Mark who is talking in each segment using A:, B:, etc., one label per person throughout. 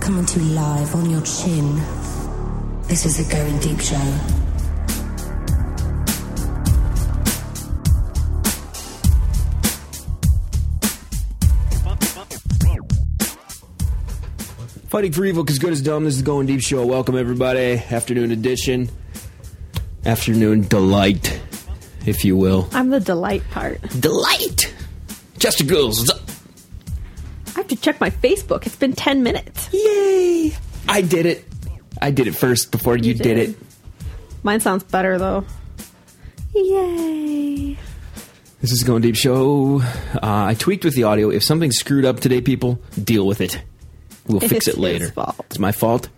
A: coming to you live on your chin. This is the Going Deep Show.
B: Fighting for evil, because good is dumb. This is the Going Deep Show. Welcome, everybody. Afternoon edition. Afternoon delight, if you will.
C: I'm the delight part.
B: Delight! Chester Girls, what's up?
C: I have to check my Facebook. It's been 10 minutes.
B: Yay! I did it. I did it first before you, did.
C: did.
B: it.
C: Mine sounds better though. Yay.
B: This is Going Deep Show. Uh, I tweaked with the audio. If something's screwed up today, people, deal with it. We'll fix
C: It's
B: it
C: his
B: later.
C: fault.
B: It's my fault.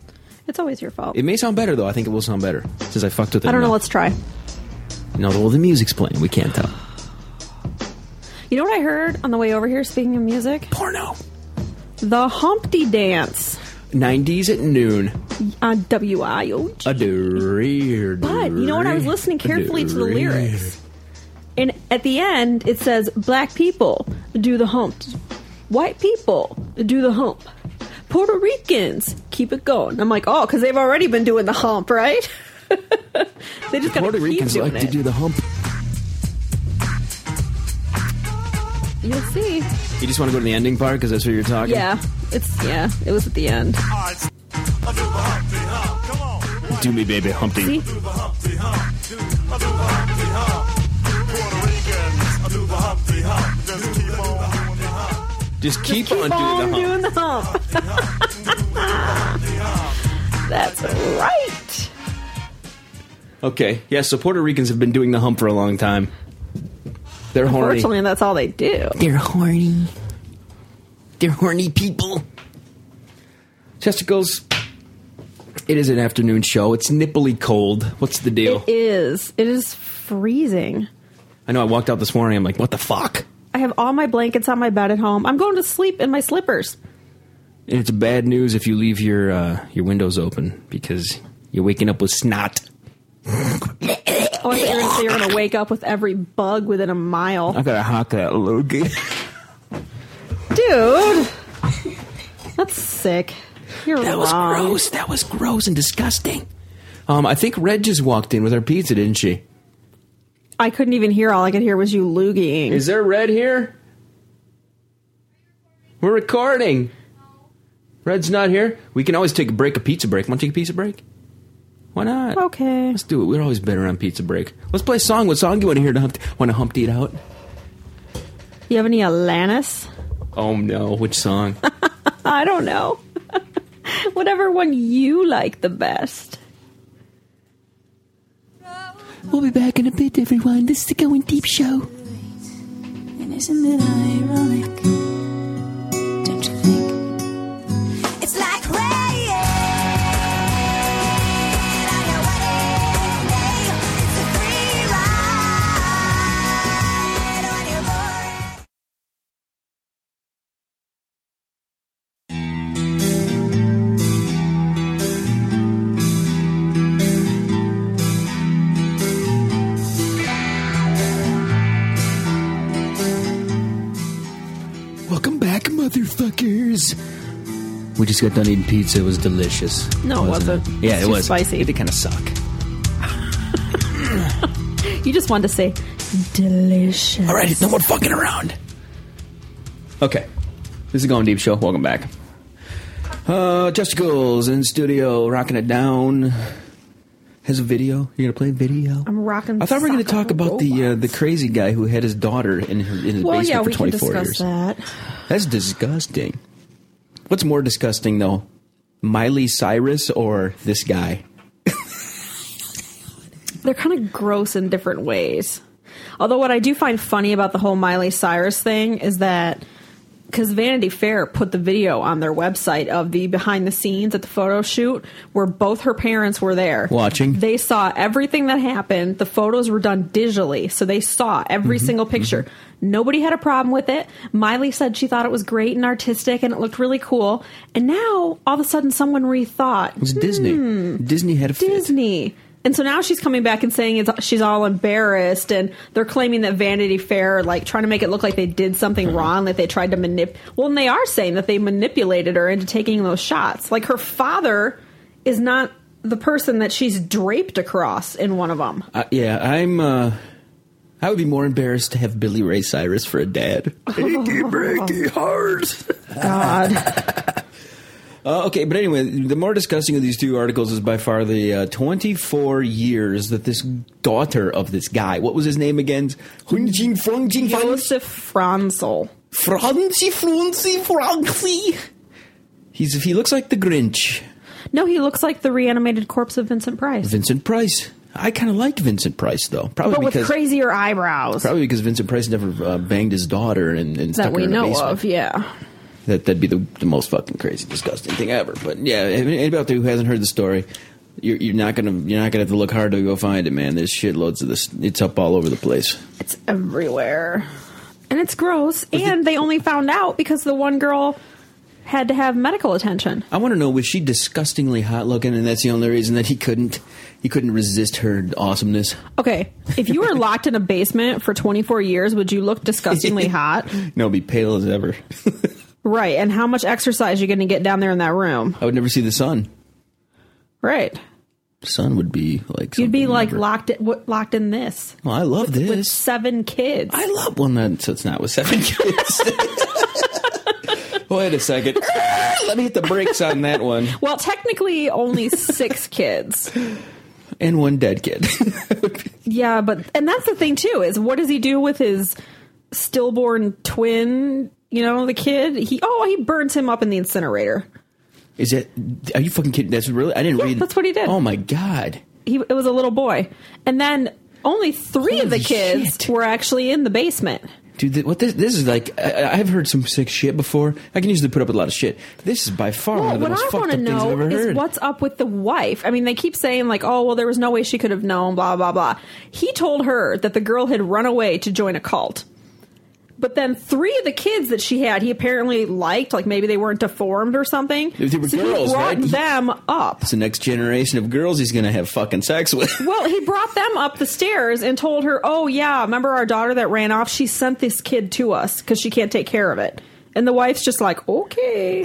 C: It's always your fault.
B: It may sound better, though. I think it will sound better since I fucked with it.
C: I don't know.
B: enough.
C: Let's try.
B: No, well, the music's playing. We can't tell.
C: You know what I heard on the way over here, speaking of music?
B: Porno.
C: The Humpty Dance
B: 90s at noon.
C: on WIOG.
B: A deer.
C: But you know what? I was listening carefully to the lyrics. And at the end, it says, Black people do the hump. White people do the hump. Puerto Ricans keep it going. I'm like, oh, because they've already been doing the hump, right? they just got
B: Puerto Ricans
C: doing
B: like
C: it.
B: to do the hump.
C: You'll see.
B: You just want to go to the ending part because that's what you're talking.
C: Yeah, it's yeah. It was at the end.
B: Do me, baby, Humpty.
C: See?
B: Just keep on
C: Keep on
B: doing the hump.
C: doing the hump. That's right.
B: Okay. Yeah, so Puerto Ricans have been doing the hump for a long time. They're horny.
C: Fortunately, that's all they do.
B: They're horny. They're horny people. Chesticles. It is an afternoon show. It's nippily cold. What's the deal?
C: It is. It is freezing.
B: I know I walked out this morning. I'm like, what the fuck?
C: I have all my blankets on my bed at home. I'm going to sleep in my slippers.
B: And it's bad news if you leave your uh, your windows open because you're waking up with snot.
C: Oh, I thought you were going to say you're going to wake up with every bug within a mile,
B: I gotta hock that Loki.
C: dude. That's sick. You're
B: That was
C: wrong.
B: gross. That was gross and disgusting. Um, I think Red just walked in with her pizza, didn't she?
C: I couldn't even hear. All I could hear was you loogieing.
B: Is there Red here? We're recording. Red's not here. We can always take a break, a pizza break. Want to take a pizza break? Why not?
C: okay.
B: Let's do it. We're always better on pizza break. Let's play a song. What song do you want to hear to hump? Want to humpty it out?
C: You have any Alanis?
B: Oh no, which song?
C: I don't know. Whatever one you like the best.
B: We'll be back in a bit, everyone. This is the Going Deep Show.
D: And isn't it ironic? Don't you think? It's like rain on a wedding day. It's a free ride on your board.
B: Welcome back, motherfuckers. We just got done eating pizza. It was delicious.
C: No, it
B: wasn't
C: wasn't.
B: Yeah,
C: It's
B: it
C: too
B: was
C: spicy.
B: It did kind of suck.
C: You just wanted to say delicious.
B: All right, no more fucking around. Okay, this is going deep show. Welcome back. Uh, Testicles in studio, rocking it down. Has a video. You're gonna play video.
C: I'm rocking.
B: I thought we were gonna talk
C: sock on
B: about the uh,
C: robots.
B: the crazy guy who had his daughter in her in his
C: well,
B: basement
C: yeah,
B: for
C: we can
B: 24
C: discuss
B: years.
C: that.
B: That's disgusting. What's more disgusting though, Miley Cyrus or this guy?
C: They're kind of gross in different ways. Although what I do find funny about the whole Miley Cyrus thing is that because Vanity Fair put the video on their website of the behind the scenes at the photo shoot where both her parents were there
B: Watching.
C: They saw everything that happened. The photos were done digitally, so they saw every single picture. Nobody had a problem with it. Miley said she thought it was great and artistic and it looked really cool. And now all of a sudden someone rethought
B: It's Disney. Disney had a fit.
C: Hmm. Disney. And so now she's coming back and saying it's, she's all embarrassed, and they're claiming that Vanity Fair, like trying to make it look like they did
B: Mm-hmm.
C: something wrong, that they tried to manipulate. Well, and they are saying that they manipulated her into taking those shots. Like her father is not the person that she's draped across in one of them.
B: Uh, yeah, I'm. Uh, I would be more embarrassed to have Billy Ray Cyrus for a dad. Achy, breaky heart.
C: God.
B: Uh, okay, but anyway, the more disgusting of these two articles is by far the uh, 24 years that this daughter of this guy, what was his name again? Hun Jing Feng Jing Feng?
C: Joseph Franzel.
B: Franzi Franzi Franzi. He's he looks like the Grinch.
C: No, he looks like the reanimated corpse of Vincent Price.
B: Vincent Price. I kind of liked Vincent Price though, probably
C: but with
B: because
C: crazier eyebrows
B: probably because Vincent Price never uh, banged his daughter and, and stuck
C: that
B: her
C: we
B: in a
C: know
B: basement.
C: of. Yeah.
B: That that'd be the, the most fucking crazy, disgusting thing ever. But yeah, anybody out there who hasn't heard the story, you're, you're not gonna you're not gonna have to look hard to go find it, man. There's shitloads of this. It's up all over the place.
C: It's everywhere. And it's gross. And they only found out because the one girl had to have medical attention.
B: I want to know was she disgustingly hot looking, and that's the only reason that he couldn't he couldn't resist her awesomeness.
C: Okay, if you were locked in a basement for 24 years, would you look disgustingly hot?
B: No, be pale as ever.
C: Right. And how much exercise you going to get down there in that room?
B: I would never see the sun.
C: Right.
B: Sun would be like
C: You'd be
B: something
C: like
B: never-
C: locked w- locked in this
B: Well, I love this.
C: with seven kids.
B: I love one that so it's not with seven kids. Wait a second. Let me hit the brakes on that one.
C: well, technically only 6 kids.
B: And one dead kid.
C: Yeah, but and that's the thing too is what does he do with his stillborn twin? You know, the kid. He oh, he burns him up in the incinerator.
B: Is it? Are you fucking kidding? That's really. I didn't
C: Yeah,
B: read.
C: that's what he did.
B: Oh my god.
C: He it was a little boy, and then only three of the
B: Holy
C: kids
B: shit.
C: were actually in the basement.
B: Dude, th- what this, this is like? I, I've heard some sick shit before. I can usually put up with a lot of shit. This is by far one
C: Well,
B: of the
C: what
B: most
C: I
B: fucked
C: want
B: up
C: to
B: things I've
C: know
B: ever
C: is
B: heard.
C: what's up with the wife. I mean, they keep saying like, "Oh, well, there was no way she could have known." Blah blah blah. He told her that the girl had run away to join a cult, but then three of the kids that she had, he apparently liked. Like maybe they weren't deformed or something.
B: They were
C: so
B: girls,
C: he brought
B: right?
C: them up.
B: it's the next generation of girls he's gonna have fucking sex with.
C: Well, he brought them up the stairs and told her, "Oh yeah, remember our daughter that ran off? She sent this kid to us because she can't take care of it." And the wife's just like, "Okay."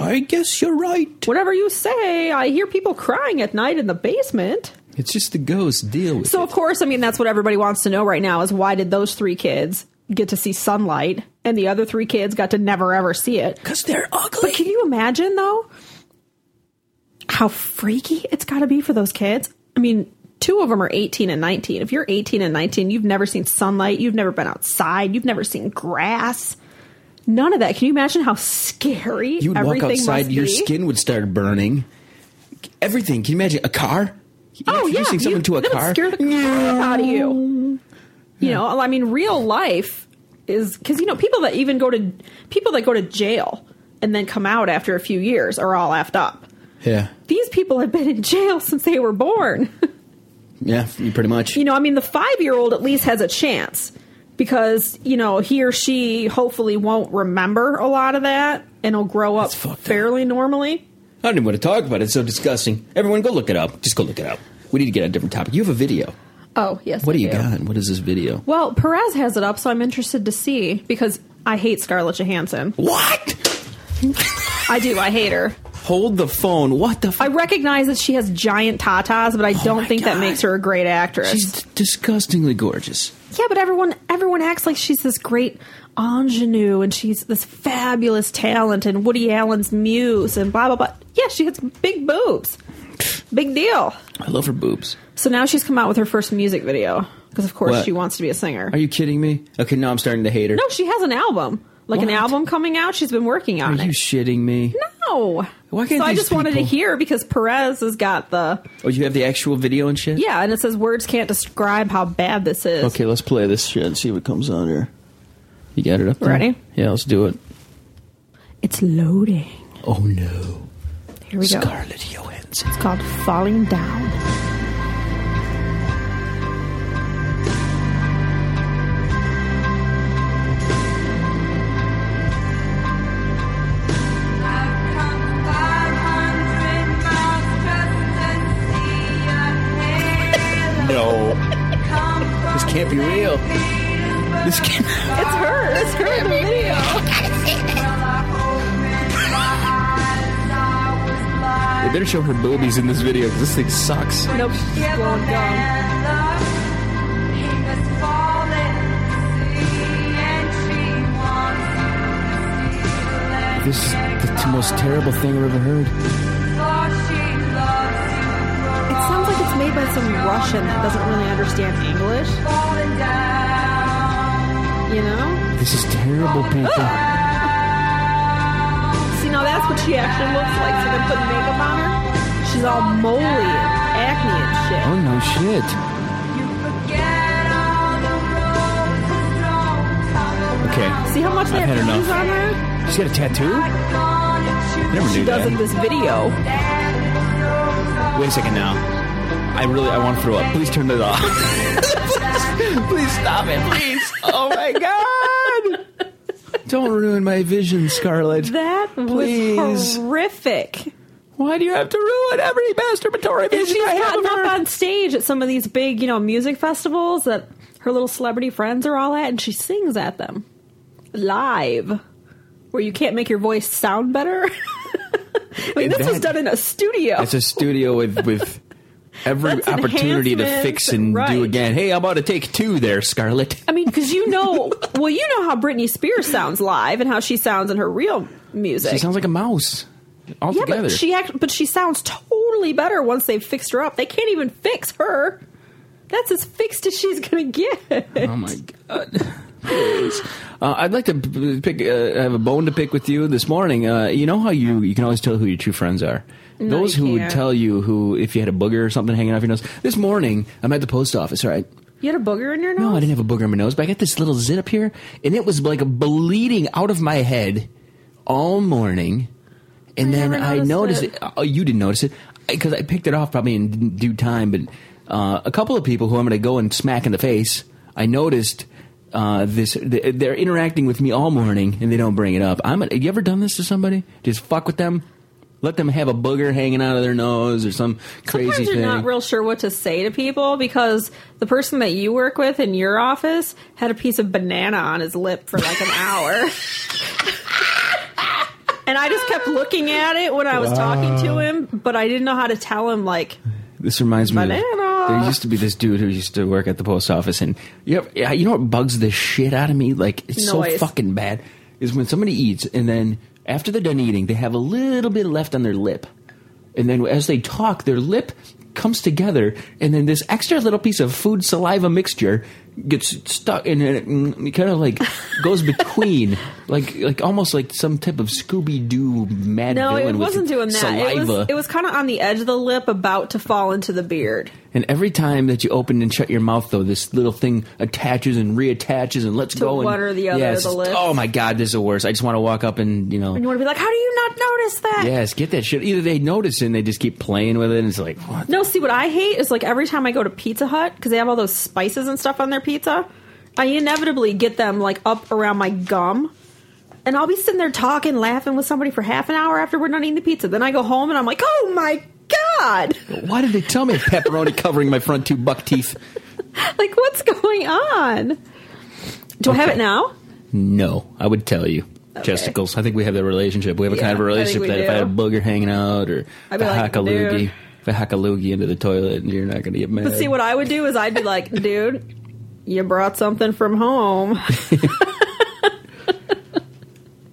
B: I guess you're right.
C: Whatever you say, I hear people crying at night in the basement.
B: It's just the ghost. Deal with
C: So
B: it.
C: of course, I mean that's what everybody wants to know right now is why did those three kids get to see sunlight and the other three kids got to never ever see it?
B: Cause they're ugly.
C: But can you imagine though how freaky it's got to be for those kids? I mean, two of them are 18 and 19. If you're 18 and 19, you've never seen sunlight, you've never been outside, you've never seen grass. None of that. Can you imagine how scary
B: You would walk
C: everything
B: outside,
C: must
B: your
C: be?
B: skin would start burning. Everything. Can you imagine a car?
C: Oh yeah,
B: Introducing someone
C: you-
B: to a
C: that'll
B: car.
C: scare the crap out of you. You know, I mean, real life is because you know people that even go to people that go to jail and then come out after a few years are all effed up.
B: yeah,
C: These people have been in jail since they were born.
B: yeah, you pretty much.
C: you know, I mean, the five year old at least has a chance because you know he or she hopefully won't remember a lot of that and will grow up
B: That's fucked up.
C: fairly normally.
B: I don't even want to talk about it. It's so disgusting. Everyone, go look it up. Just go look it up. We need to get on a different topic. You have a video.
C: Oh yes.
B: What
C: I
B: do you got? What is this video?
C: Well, Perez has it up, so I'm interested to see because I hate Scarlett Johansson.
B: What?
C: I do. I hate her.
B: Hold the phone. What the? F-
C: I recognize that she has giant tatas, but I don't
B: my
C: think
B: God.
C: that makes her a great actress.
B: She's d- disgustingly gorgeous.
C: yeah, but everyone everyone acts like she's this great ingenue and she's this fabulous talent and Woody Allen's muse and blah blah blah. Yeah, she has big boobs. Big deal.
B: I love her boobs.
C: So now she's come out with her first music video because of course
B: What?
C: she wants to be a singer.
B: Are you kidding me? Okay, now I'm starting to hate her.
C: no, she has an album. Like an
B: What?
C: album coming out. She's been working on
B: Are
C: it.
B: you shitting me?
C: No.
B: Why can't
C: so I
B: these
C: just wanted to
B: people-
C: hear because Perez has got the
B: Oh, you have the actual video and shit.
C: yeah, and it says words can't describe how bad this is.
B: Okay, let's play this shit and see what comes on here. You got it up there?
C: Ready?
B: Yeah, let's do it.
C: It's loading.
B: Oh no.
C: Here we go.
B: Scarlett Johansson.
C: It's called falling down.
B: can't be real. This can't.
C: It's her. It's her in the video.
B: They better show her boobies in this video because this thing sucks.
C: Nope. She's blowing gum.
B: This is the t- most terrible thing I've ever heard.
C: It sounds like it's made by some Russian that doesn't really understand English. You know?
B: This is terrible, Panther.
C: See, now that's what she actually looks like. So they're putting makeup on her. She's all moly and acne and shit.
B: Oh no, shit. Okay,
C: See how much they
B: I've
C: have
B: had
C: tattoos
B: enough.
C: on her?
B: she's got a tattoo. Never
C: She
B: knew
C: does in
B: that.
C: this video.
B: Wait a second now. I really, I want to throw up. Please turn it off. please stop it, please. Oh my god! Don't ruin my vision, Scarlett.
C: That
B: Please.
C: was horrific.
B: Why do you have to ruin every masturbatory
C: And
B: vision
C: she's
B: I have
C: gotten
B: of her?
C: up on stage at some of these big, you know, music festivals that her little celebrity friends are all at, and she sings at them live, where you can't make your voice sound better. I mean, this was
B: That-
C: done in a studio.
B: It's a studio with with every
C: That's
B: opportunity to
C: enhancements,
B: fix and
C: right.
B: do again. Hey, I'm about to take two there, Scarlett.
C: I mean, because you know, well, you know how Britney Spears sounds live and how she sounds in her real music.
B: She sounds like a mouse
C: yeah,
B: altogether.
C: but she act, but she sounds totally better once they've fixed her up. They can't even fix her. That's as fixed as she's gonna get.
B: oh my god. Please. Uh, I'd like to p- pick. Uh, have a bone to pick with you this morning. Uh, you know how you you can always tell who your true friends are. Those
C: you
B: who would
C: can't.
B: tell you who if you had a booger or something hanging off your nose. This morning I'm at the post office. All right,
C: You had a booger in your nose.
B: No, I didn't have a booger in my nose, but I got this little zit up here, and it was like bleeding out of my head all morning. And
C: I
B: then
C: never
B: I noticed
C: noticed
B: it.
C: it.
B: Oh, you didn't notice it because I picked it off probably in due time. But uh, a couple of people who I'm going to go and smack in the face, I noticed uh, this. th- They're interacting with me all morning, and they don't bring it up. I'm. A, you ever done this to somebody? Just fuck with them. Let them have a booger hanging out of their nose or some crazy
C: Sometimes you're
B: thing.
C: not real sure what to say to people because the person that you work with in your office had a piece of banana on his lip for like an hour. and I just kept looking at it when I was talking to him, but I didn't know how to tell him like
B: This reminds me.
C: Banana.
B: Of, there used to be this dude who used to work at the post office, and you, ever, yeah, you know what bugs the shit out of me? Like it's so
C: Noise.
B: fucking bad. Is when somebody eats and then after they're done eating, they have a little bit left on their lip, and then as they talk, their lip comes together, and then this extra little piece of food saliva mixture gets stuck, and then it, mm, it kind of like goes between, like like almost like some type of Scooby Doo mad
C: no,
B: villain
C: it
B: with
C: wasn't doing that.
B: saliva.
C: It was it was kind of on the edge of the lip about to fall into the beard.
B: And every time that you open and shut your mouth, though, this little thing attaches and reattaches and lets go.
C: one
B: and,
C: or the other
B: Yeah,
C: of
B: it's
C: the
B: just-
C: lips.
B: Oh my god, this is the worst. I just want to walk up and you know.
C: And you want to be like, "How do you not notice that?"
B: Yes, get that shit. Either they notice it and they just keep playing with it, and it's like, what?
C: No, see, what I hate is like every time I go to Pizza Hut because they have all those spices and stuff on their pizza, I inevitably get them like up around my gum. And I'll be sitting there talking, laughing with somebody for half an hour after we're done eating the pizza. Then I go home and I'm like, oh my God!
B: Why did they tell me pepperoni covering my front two buck teeth?
C: Like, what's going on? Do I have
B: Okay.
C: it now?
B: No, I would tell you.
C: Okay.
B: Testicles. I think we have that relationship. We have a kind of a
C: Yeah, I think
B: relationship
C: we
B: that if I
C: do.
B: had a booger hanging out or
C: I'd
B: if
C: be
B: I
C: like,
B: hack a loogie,
C: dude.
B: if I hack a loogie into the toilet, and you're not going to get mad.
C: But see, what I would do is I'd be like, dude, you brought something from home.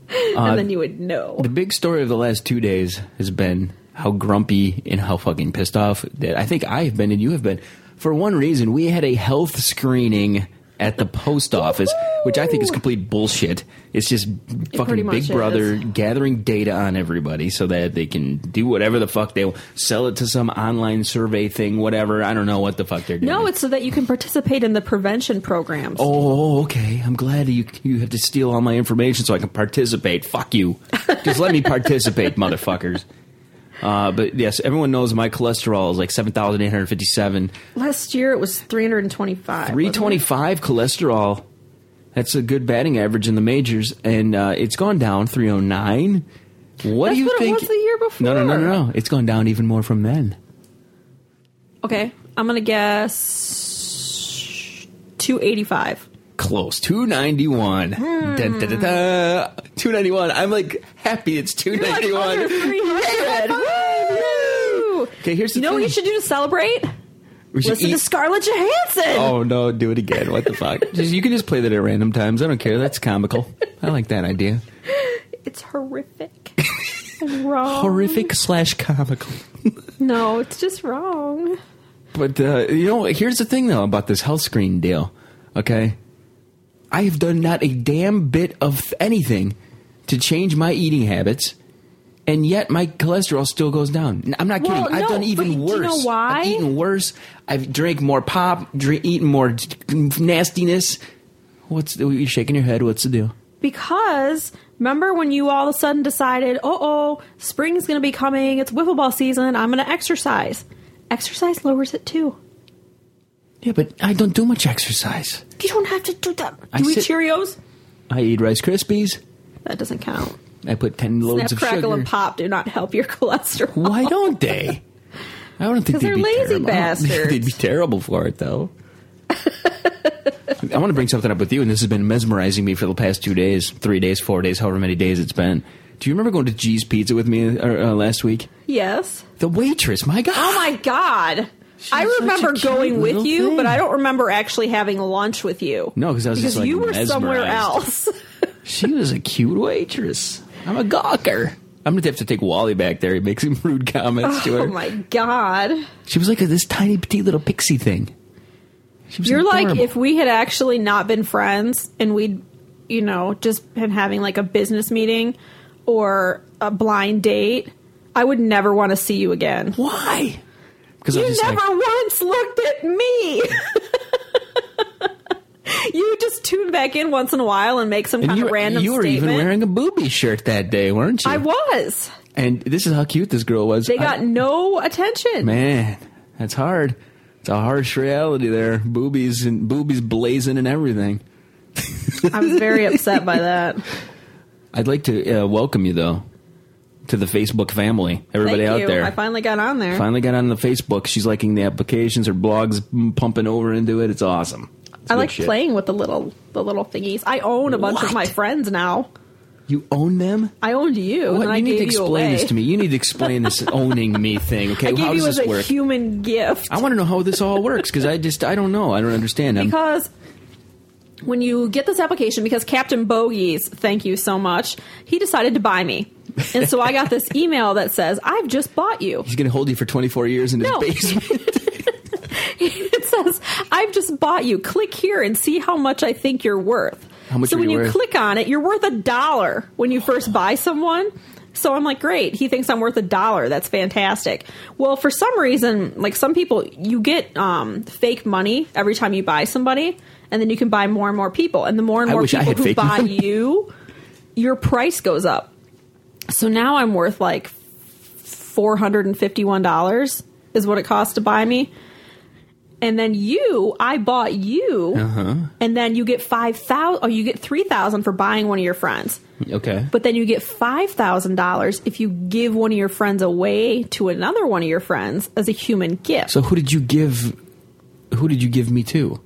C: and then you would know.
B: The big story of the last two days has been how grumpy and how fucking pissed off that I think I have been and you have been. For one reason, we had a health screening at the post office, which I think is complete bullshit. It's just
C: pretty
B: fucking
C: much
B: Big Brother
C: is.
B: gathering data on everybody so that they can do whatever the fuck they will. Sell it to some online survey thing, whatever. I don't know what the fuck they're doing.
C: No, it's so that you can participate in the prevention programs.
B: Oh, okay. I'm glad you you have to steal all my information so I can participate. Fuck you. Just let me participate, motherfuckers. Uh, but yes, everyone knows my cholesterol is like seven thousand eight hundred fifty-seven.
C: Last year it was 325.
B: Three twenty-five cholesterol. That's a good batting average in the majors, and uh, it's gone down three oh nine. What
C: That's
B: do you
C: what it
B: think?
C: was the year
B: No, no, no,
C: before.
B: no, no. It's gone down even more from then.
C: Okay, I'm going to guess 285.
B: Close. 291. Da, da, da, da. 291. I'm like happy it's
C: Hmm. Like,
B: 291.
C: under 300. Woo!
B: Okay, here's the
C: You know what you
B: thing.
C: should do to celebrate?
B: We should
C: Listen
B: eat-
C: to Scarlett Johansson.
B: Oh no, do it again. What the fuck? Just, you can just play that at random times. I don't care. That's comical. I like that idea.
C: It's horrific. wrong.
B: Horrific slash comical.
C: No, it's just wrong.
B: But uh, you know, here's the thing though about this health screen deal. Okay, I have done not a damn bit of anything to change my eating habits, and yet my cholesterol still goes down. N- I'm not kidding.
C: Well,
B: I've
C: no,
B: done even
C: but do you
B: worse.
C: know why?
B: I've eaten worse. I've drank more pop, drink, eaten more d- nastiness. What's you're shaking your head? What's the deal?
C: Because remember when you all of a sudden decided, oh, oh, spring's going to be coming. It's wiffle ball season. I'm going to exercise. Exercise lowers it too.
B: Yeah, but I don't do much exercise.
C: You don't have to do that. Do
B: I
C: you eat
B: sit-
C: Cheerios?
B: I eat Rice Krispies.
C: That doesn't count.
B: I put ten loads
C: Snap,
B: of sugar.
C: crackle, and pop do not help your cholesterol.
B: Why don't they? I don't think
C: 'Cause
B: they'd
C: they're
B: be
C: lazy
B: terrible. I don't think
C: bastards.
B: They'd be terrible for it though. I want to bring something up with you, and this has been mesmerizing me for the past two days, three days, four days, however many days it's been. Do you remember going to G's Pizza with me uh, uh, last week?
C: Yes.
B: The waitress, my God!
C: Oh my god. I
B: such a
C: remember
B: cute
C: going with
B: little
C: you,
B: thing.
C: but I don't remember actually having lunch with you.
B: No, 'cause I was just, like,
C: you were somewhere
B: mesmerized.
C: else.
B: She was a cute waitress. I'm a gawker. I'm gonna have to take Wally back there. He makes some rude comments to her.
C: oh my god.
B: She was like a, this tiny petite little pixie thing. She was
C: You're like
B: adorable.
C: if we had actually not been friends and we'd you know, just been having like a business meeting or a blind date, I would never want to see you again.
B: why? Because I was
C: You
B: just
C: never
B: like,
C: once looked at me. you just tune back in once in a while and make some
B: and
C: kind
B: you,
C: of random
B: you were
C: statement.
B: even wearing a booby shirt that day, weren't you?
C: I was.
B: and this is how cute this girl was.
C: They
B: I-
C: got no attention.
B: man. That's hard. It's a harsh reality there. Boobies and boobies blazing and everything.
C: I was very upset by that.
B: I'd like to uh, welcome you though to the Facebook family. Everybody
C: Thank
B: out
C: you.
B: there.
C: I finally got on there.
B: Finally got on the Facebook. She's liking the applications. Her blog's mm, pumping over into it. It's awesome. It's
C: I
B: good
C: like
B: shit.
C: playing with the little the little thingies. I own a bunch
B: What?
C: of my friends now.
B: You own them?
C: I owned you.
B: What?
C: and I
B: you need
C: gave
B: to
C: you
B: explain
C: away.
B: this to me. You need to explain this owning me thing. Okay,
C: I gave
B: how
C: you
B: does
C: as
B: this
C: a
B: work?
C: human gift.
B: I want to know how this all works because I just I don't know. I don't understand. I'm-
C: because when you get this application, because Captain Bogies, thank you so much, he decided to buy me. And so I got this email that says, I've just bought you.
B: he's going to hold you for 24 years in his
C: No.
B: basement.
C: It says, I've just bought you. Click here and see how much I think you're worth.
B: How much
C: so
B: are
C: when
B: you
C: you
B: worth?
C: click on it, you're worth a dollar when you first buy someone. So I'm like, great. He thinks I'm worth a dollar. That's fantastic. Well, for some reason, like some people, you get um, fake money every time you buy somebody, and then you can buy more and more people. And the more and
B: I
C: more
B: wish I
C: people
B: had
C: who
B: fake
C: buy
B: money.
C: you, your price goes up. So now I'm worth like four hundred and fifty one dollars is what it costs to buy me. And then you, I bought you,
B: Uh-huh.
C: and then you get five thousand, or you get three thousand for buying one of your friends.
B: Okay,
C: But then you get five thousand dollars if you give one of your friends away to another one of your friends as a human gift.
B: so who did you give? Who did you give me to?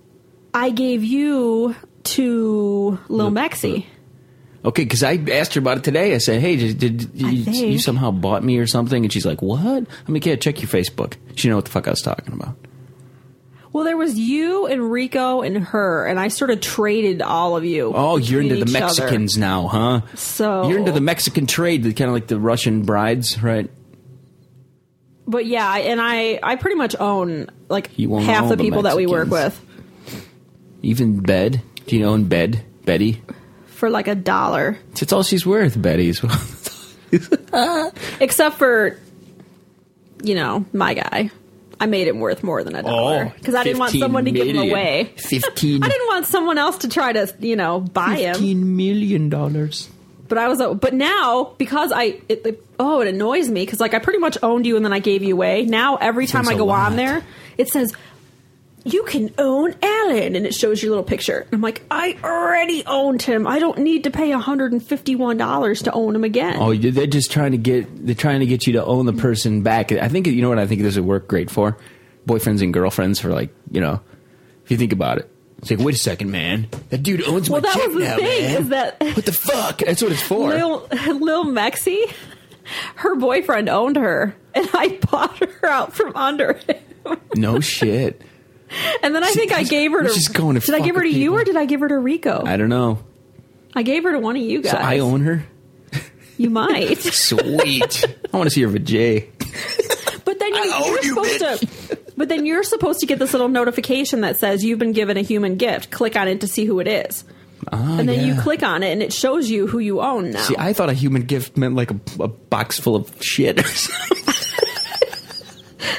C: I gave you to Lil Mexi.
B: Okay, because I asked her about it today. I said, "Hey, did, did
C: I
B: you,
C: think-
B: you somehow bought me or something?" And she's like, "What?" I'm like, "Yeah, check your Facebook." She know what the fuck I was talking about.
C: Well, there was you and Rico and her, and I sort of traded all of you.
B: Oh, you're into
C: between
B: the
C: each other.
B: Mexicans now, huh?
C: So
B: You're into the Mexican trade, kind of like the Russian brides, right?
C: But yeah, I- and I I pretty much own like
B: You own
C: half
B: all
C: the
B: the
C: people that we work
B: Mexicans.
C: with
B: Even Bed. Do you own Bed? Betty.
C: for like a dollar,
B: It's all she's worth, Betty's.
C: except for you know my guy. I made him worth more than a dollar because I didn't want
B: 15
C: someone to give him
B: Oh, million.
C: away.
B: Fifteen.
C: I didn't want someone else to try to you know buy him.
B: Fifteen million dollars.
C: But I was uh, but now because I it, it- oh it annoys me because like I pretty much owned you and then I gave you away. Now every time
B: Seems a
C: I go
B: lot.
C: on there, it says. You can own Alan, and it shows your little picture. I'm like, I already owned him. I don't need to pay 151 dollars to own him again.
B: Oh, you- they're just trying to get they're trying to get you to own the person back. I think you know what I think this would work great for boyfriends and girlfriends for like you know if you think about it. It's like, wait a second, man. That dude owns
C: Well,
B: my
C: that
B: jet
C: was the
B: now,
C: thing,
B: man.
C: is that-
B: what the fuck? That's what it's for.
C: Lil, Lil Maxi, her boyfriend owned her, and I bought her out from under him.
B: No shit.
C: And then I think I
B: that's-
C: gave her
B: we're
C: to.
B: just going to
C: did I
B: fuck
C: give her to
B: with
C: you or
B: people.
C: did I give her to Rico?
B: I
C: I,
B: don't know.
C: gave her to one of you guys.
B: So I own her.
C: you might,
B: Sweet. I want to see her vajay.
C: but then you,
B: I own
C: you're
B: you,
C: supposed to. But then you're supposed to get this little notification that says you've been given a human gift. Click on it to see who it is,
B: Ah,
C: and then you
B: yeah.
C: click on it, and it shows you who you own now.
B: See, I thought a human gift meant like a, a box full of shit. or something.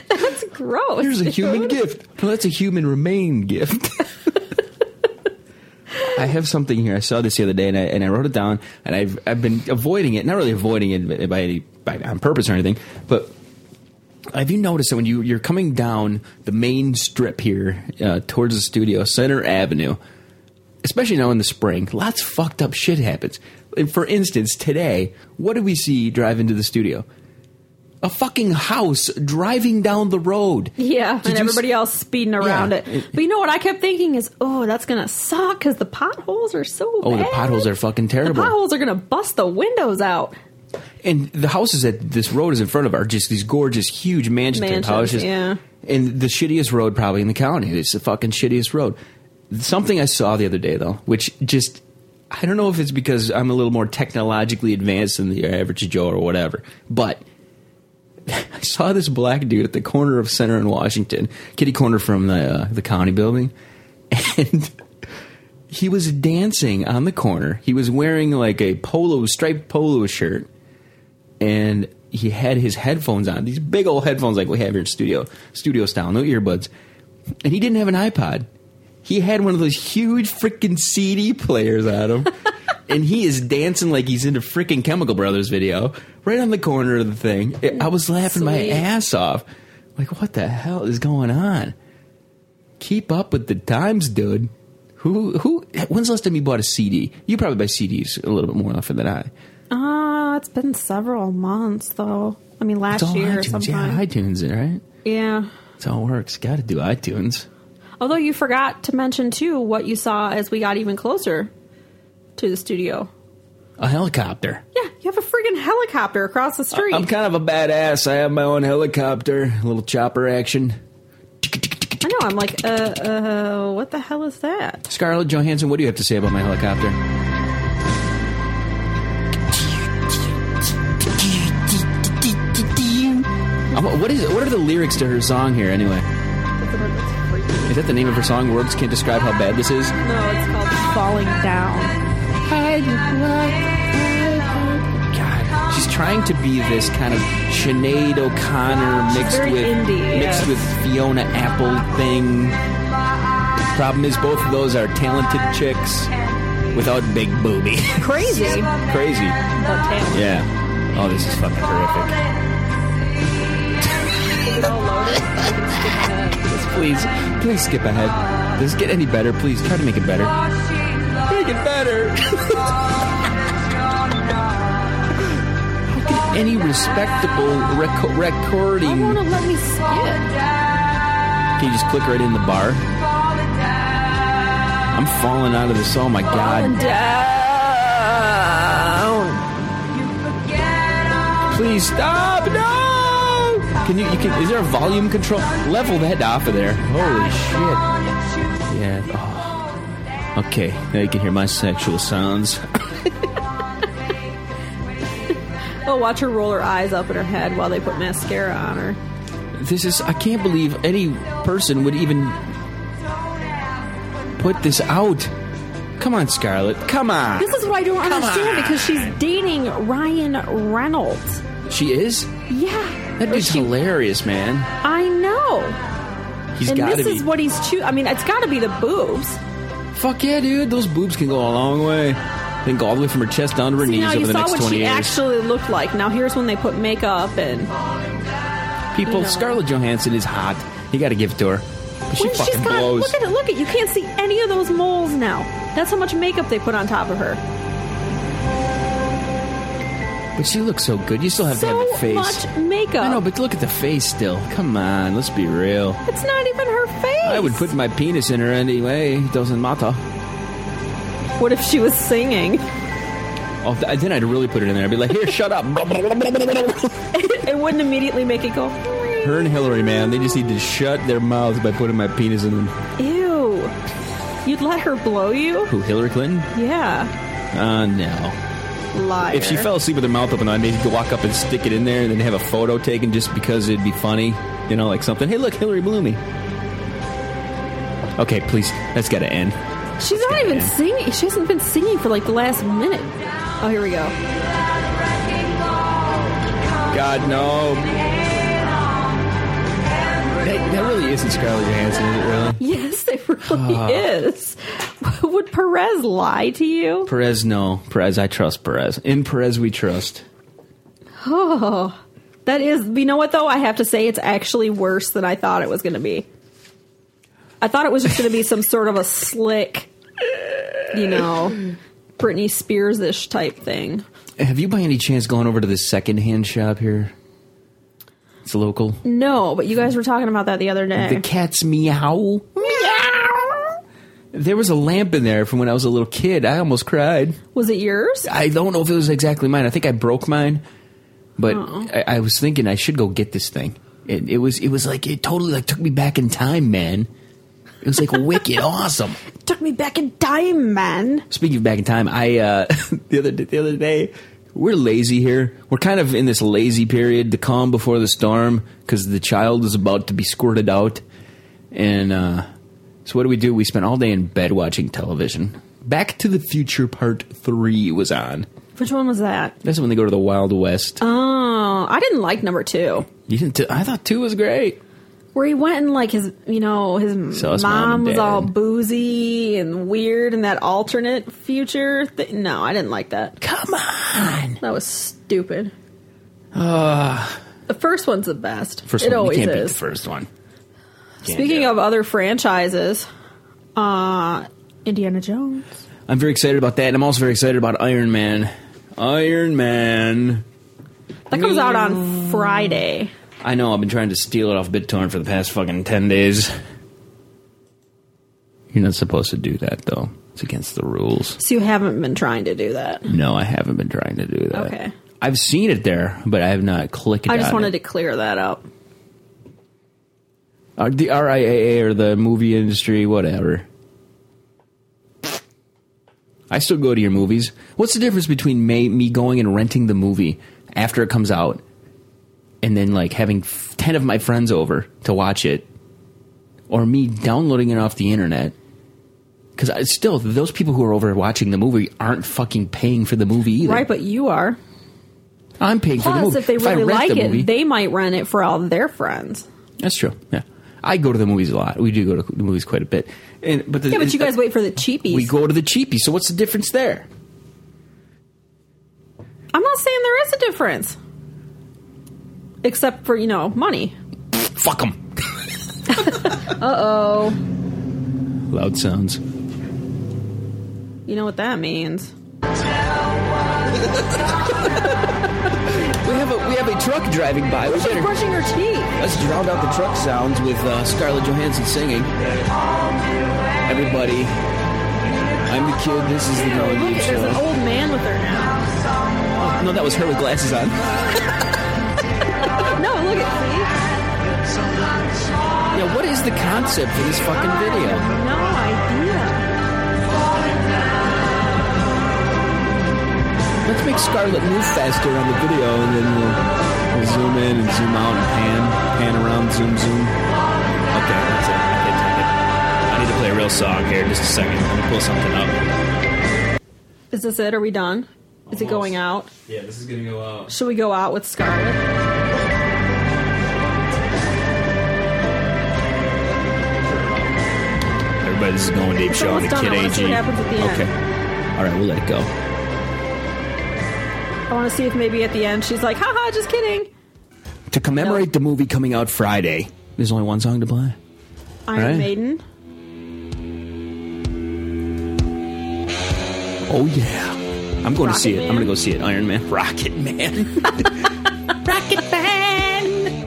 C: That's gross.
B: Here's a human gift. No, that's a human remain gift. I have something here. I saw this the other day, and I and I wrote it down, and I've I've been avoiding it. Not really avoiding it by, any- by on purpose or anything, but have you noticed that when you you're coming down the main strip here uh, towards the studio, Center Avenue, especially now in the spring, lots of fucked up shit happens. And for instance, today, what did we see drive into the studio? A fucking house driving down the road.
C: Yeah,
B: Did
C: and
B: you s-
C: everybody else speeding around
B: Yeah.
C: it. But you know what I kept thinking is, oh, that's gonna suck because the potholes are so.
B: Oh, the
C: bad.
B: potholes are fucking
C: The
B: terrible.
C: potholes are gonna bust the windows out.
B: and the houses that this road is in front of are just these gorgeous, huge mansion type
C: Mansions,
B: houses.
C: yeah.
B: And the shittiest road probably in the county. It's the fucking shittiest road. Something I saw the other day though, which just I don't know if it's because I'm a little more technologically advanced than the average Joe or whatever, but I saw this black dude at the corner of Center and Washington, kitty corner from the uh, the county building, and he was dancing on the corner. He was wearing like a polo striped polo shirt, and he had his headphones on, these big old headphones like we have here in studio studio style, no earbuds, and he didn't have an iPod. He had one of those huge freaking CD players on him. And he is dancing like he's into freaking Chemical Brothers video right on the corner of the thing. I was laughing my
C: Sweet.
B: ass off. Like, what the hell is going on? keep up with the times, dude. Who who? When's the last time you bought a CD? You probably buy CDs a little bit more often than I.
C: Ah, it's been several months though. I mean,
B: It's
C: last
B: all
C: year or
B: iTunes,
C: sometime.
B: yeah, iTunes, right?
C: yeah.
B: It's all works. Got to do iTunes.
C: Although you forgot to mention too what you saw as we got even closer to the studio.
B: A helicopter.
C: Yeah, you have a friggin' helicopter across the street.
B: I'm kind of a badass. I have my own helicopter. A little chopper action.
C: I know. I'm like, uh, uh, what the hell is that?
B: Scarlett Johansson, what do you have to say about my helicopter? Um, What is? What are the lyrics to her song here, anyway? Is that the name of her song? Words can't describe how bad this is.
C: No, it's called falling down.
B: God, she's trying to be this kind of Sinead O'Connor mixed
C: very
B: with
C: indie,
B: mixed
C: yes.
B: with Fiona Apple thing. Problem is, both of those are talented chicks without big booby.
C: Crazy.
B: Crazy. Yeah. Oh, this is fucking horrific. Please, please skip ahead. Does it get any better? Please try to make it better. Make it better. How can any respectable reco-
C: I
B: recording?
C: want to let me skip.
B: Can you just click right in the bar? I'm falling out of this. Oh my god.
C: Down.
B: Please stop. No. Can you, you can, is there a volume control? Level that off of there. Holy shit. Yeah. oh. Okay. Now you can hear my sexual sounds.
C: Oh, watch her roll her eyes up in her head while they put mascara on her.
B: This is I can't believe any person would even put this out. Come on, Scarlett. Come on.
C: This is what I don't understand because she's dating Ryan Reynolds.
B: She is?
C: Yeah.
B: That dude's hilarious, man.
C: I know.
B: He's
C: and
B: got to
C: this
B: be.
C: is what he's choosing. I mean, it's got to be the boobs.
B: Fuck yeah, dude. Those boobs can go a long way. They can go all the way from her chest down to her
C: See,
B: knees
C: now
B: over
C: you
B: the
C: saw
B: next
C: what
B: 20
C: she
B: years.
C: actually looked like. Now here's when they put makeup and
B: People,
C: you know.
B: Scarlett Johansson is hot. You got to give it to her. But she
C: When
B: fucking
C: she's got,
B: blows.
C: Look at it, look at it. You can't see any of those moles now. That's how much makeup they put on top of her.
B: But she looks so good. You still have to have
C: So
B: the face.
C: much makeup.
B: I know, but look at the face still. Come on, let's be real.
C: It's not even her face.
B: I would put my penis in her anyway. It Doesn't matter.
C: What if she was singing?
B: Oh, th- then I'd really put it in there. I'd be like, here, shut up. her
C: it wouldn't immediately make it go.
B: and Hillary, man, they just need to shut their mouths by putting my penis in them.
C: Ew. You'd let her blow you?
B: Who, Hillary Clinton?
C: Yeah.
B: Uh, no.
C: Liar.
B: If she fell asleep with her mouth open, I'd maybe walk up and stick it in there and then have a photo taken just because it'd be funny. You know, like something. Hey, look, Hillary Bloomy. Okay, please. That's got to end.
C: She's not even
B: Yeah.
C: singing. She hasn't been singing for like the last minute. Oh, here we go.
B: God, no. That, that really isn't Scarlett Johansson, is it really?
C: Yes, it really is. Would Perez lie to you?
B: Perez, no. Perez, I trust Perez. In Perez, we trust.
C: That is, you know what though? I have to say it's actually worse than I thought it was going to be. I thought it was just going to be some sort of a slick, you know, Britney Spears ish type thing.
B: Have you by any chance gone over to the secondhand shop here? It's local.
C: No, but you guys were talking about that the other day.
B: The cat's meow. Meow. There was a lamp in there from when I was a little kid. I almost cried.
C: was it yours?
B: I don't know if it was exactly mine. I think I broke mine, but I, I was thinking I should go get this thing. It, it was it was like it totally like took me back in time, man. It was like wicked awesome.
C: Took me back in time, man.
B: Speaking of back in time, I uh, the other the other day we're lazy here. We're kind of in this lazy period, the calm before the storm, because the child is about to be squirted out. And uh, so, what do we do? We spent all day in bed watching television. Back to the Future Part Three was on.
C: Which one was that?
B: That's when they go to the Wild West.
C: Oh, I didn't like number two,
B: you didn't? T- I thought two was great.
C: where he went and like his, you know, his
B: Saw his mom
C: mom
B: and
C: was
B: dad.
C: all boozy and weird in that alternate future. Th- no, I didn't like that.
B: Come on.
C: That was stupid. the first one's the best.
B: First
C: it
B: one,
C: always
B: you can't beat
C: is.
B: the first one. Can't
C: Speaking
B: do it.
C: of other franchises, uh, Indiana Jones.
B: I'm very excited about that, and I'm also very excited about Iron Man. Iron Man.
C: That comes out on Friday.
B: I know. I've been trying to steal it off BitTorrent for the past fucking ten days. You're not supposed to do that, though. It's against the rules.
C: So you haven't been trying to do that.
B: No, I haven't been trying to do that.
C: Okay.
B: I've seen it there, but I have not clicked.
C: I just
B: on
C: wanted
B: it.
C: to clear that up.
B: Uh, the RIAA or the movie industry, whatever. I still go to your movies. What's the difference between me, me going and renting the movie after it comes out, and then like having f- ten of my friends over to watch it, or me downloading it off the internet? Because still, those people who are over watching the movie aren't fucking paying for the movie either.
C: Right, but you are.
B: I'm paying for the
C: Plus,
B: movie.
C: if they
B: I
C: really
B: rent
C: like
B: the
C: it,
B: movie-
C: they might rent it for all their friends.
B: That's true. Yeah, I go to the movies a lot. We do go to the movies quite a bit. And but the,
C: Yeah, but you guys wait for the cheapies.
B: We go to the cheapie. So what's the difference there?
C: I'm not saying there is a difference, except for you know money.
B: Fuck them. uh oh. Loud sounds.
C: You know what that means.
B: We have a we have a truck driving by. We
C: She's
B: better,
C: brushing her teeth.
B: let's drown out the truck sounds with uh, Scarlett Johansson singing. Everybody, I'm the kid. This is the
C: Look,
B: Melody
C: there's an
B: Show.
C: old man with her now.
B: No, that was her with glasses on.
C: No, look at
B: Yeah, what is the concept for this fucking video?
C: see. No idea.
B: Let's make Scarlet move faster on the video, and then we'll, we'll zoom in and zoom out and pan, pan around, zoom, zoom. Okay, that's it. I can take it. I need to play a real song here. Just a second. I'm gonna pull something up.
C: Is this it? Are we done? Is it going out?
B: Yeah, this is gonna go out.
C: Should we go out with Scarlet?
B: Everybody, this is going deep.
C: It's almost
B: Showing the
C: done.
B: kid
C: I wanna
B: AG.
C: see what happens at the end.
B: Okay. All right, we'll let it go.
C: I want to see if maybe at the end she's like, haha, just kidding.
B: To commemorate
C: No.
B: the movie coming out Friday, there's only one song to play.
C: Iron
B: Right.
C: Maiden.
B: Oh yeah. I'm going
C: Rocket
B: to see it. I'm going
C: Man?
B: to go see it. Iron Man, Rocket Man.
C: Rocket Man!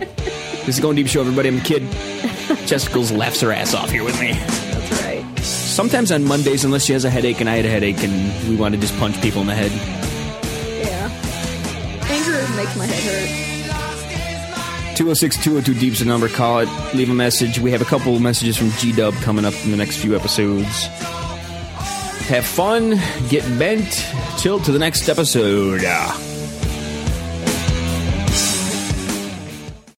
B: this is going deep show, everybody. I'm a kid. Chesticles laughs her ass off here with me.
C: That's right.
B: Sometimes on Mondays, unless she has a headache and I had a headache and we want to just punch people in the head.
C: Yeah. Anger makes my head hurt.
B: 206-202 Deep's the number. Call it. Leave a message. We have a couple messages from G Dub coming up in the next few episodes. Have fun. Get bent. Till to the next episode. Ah.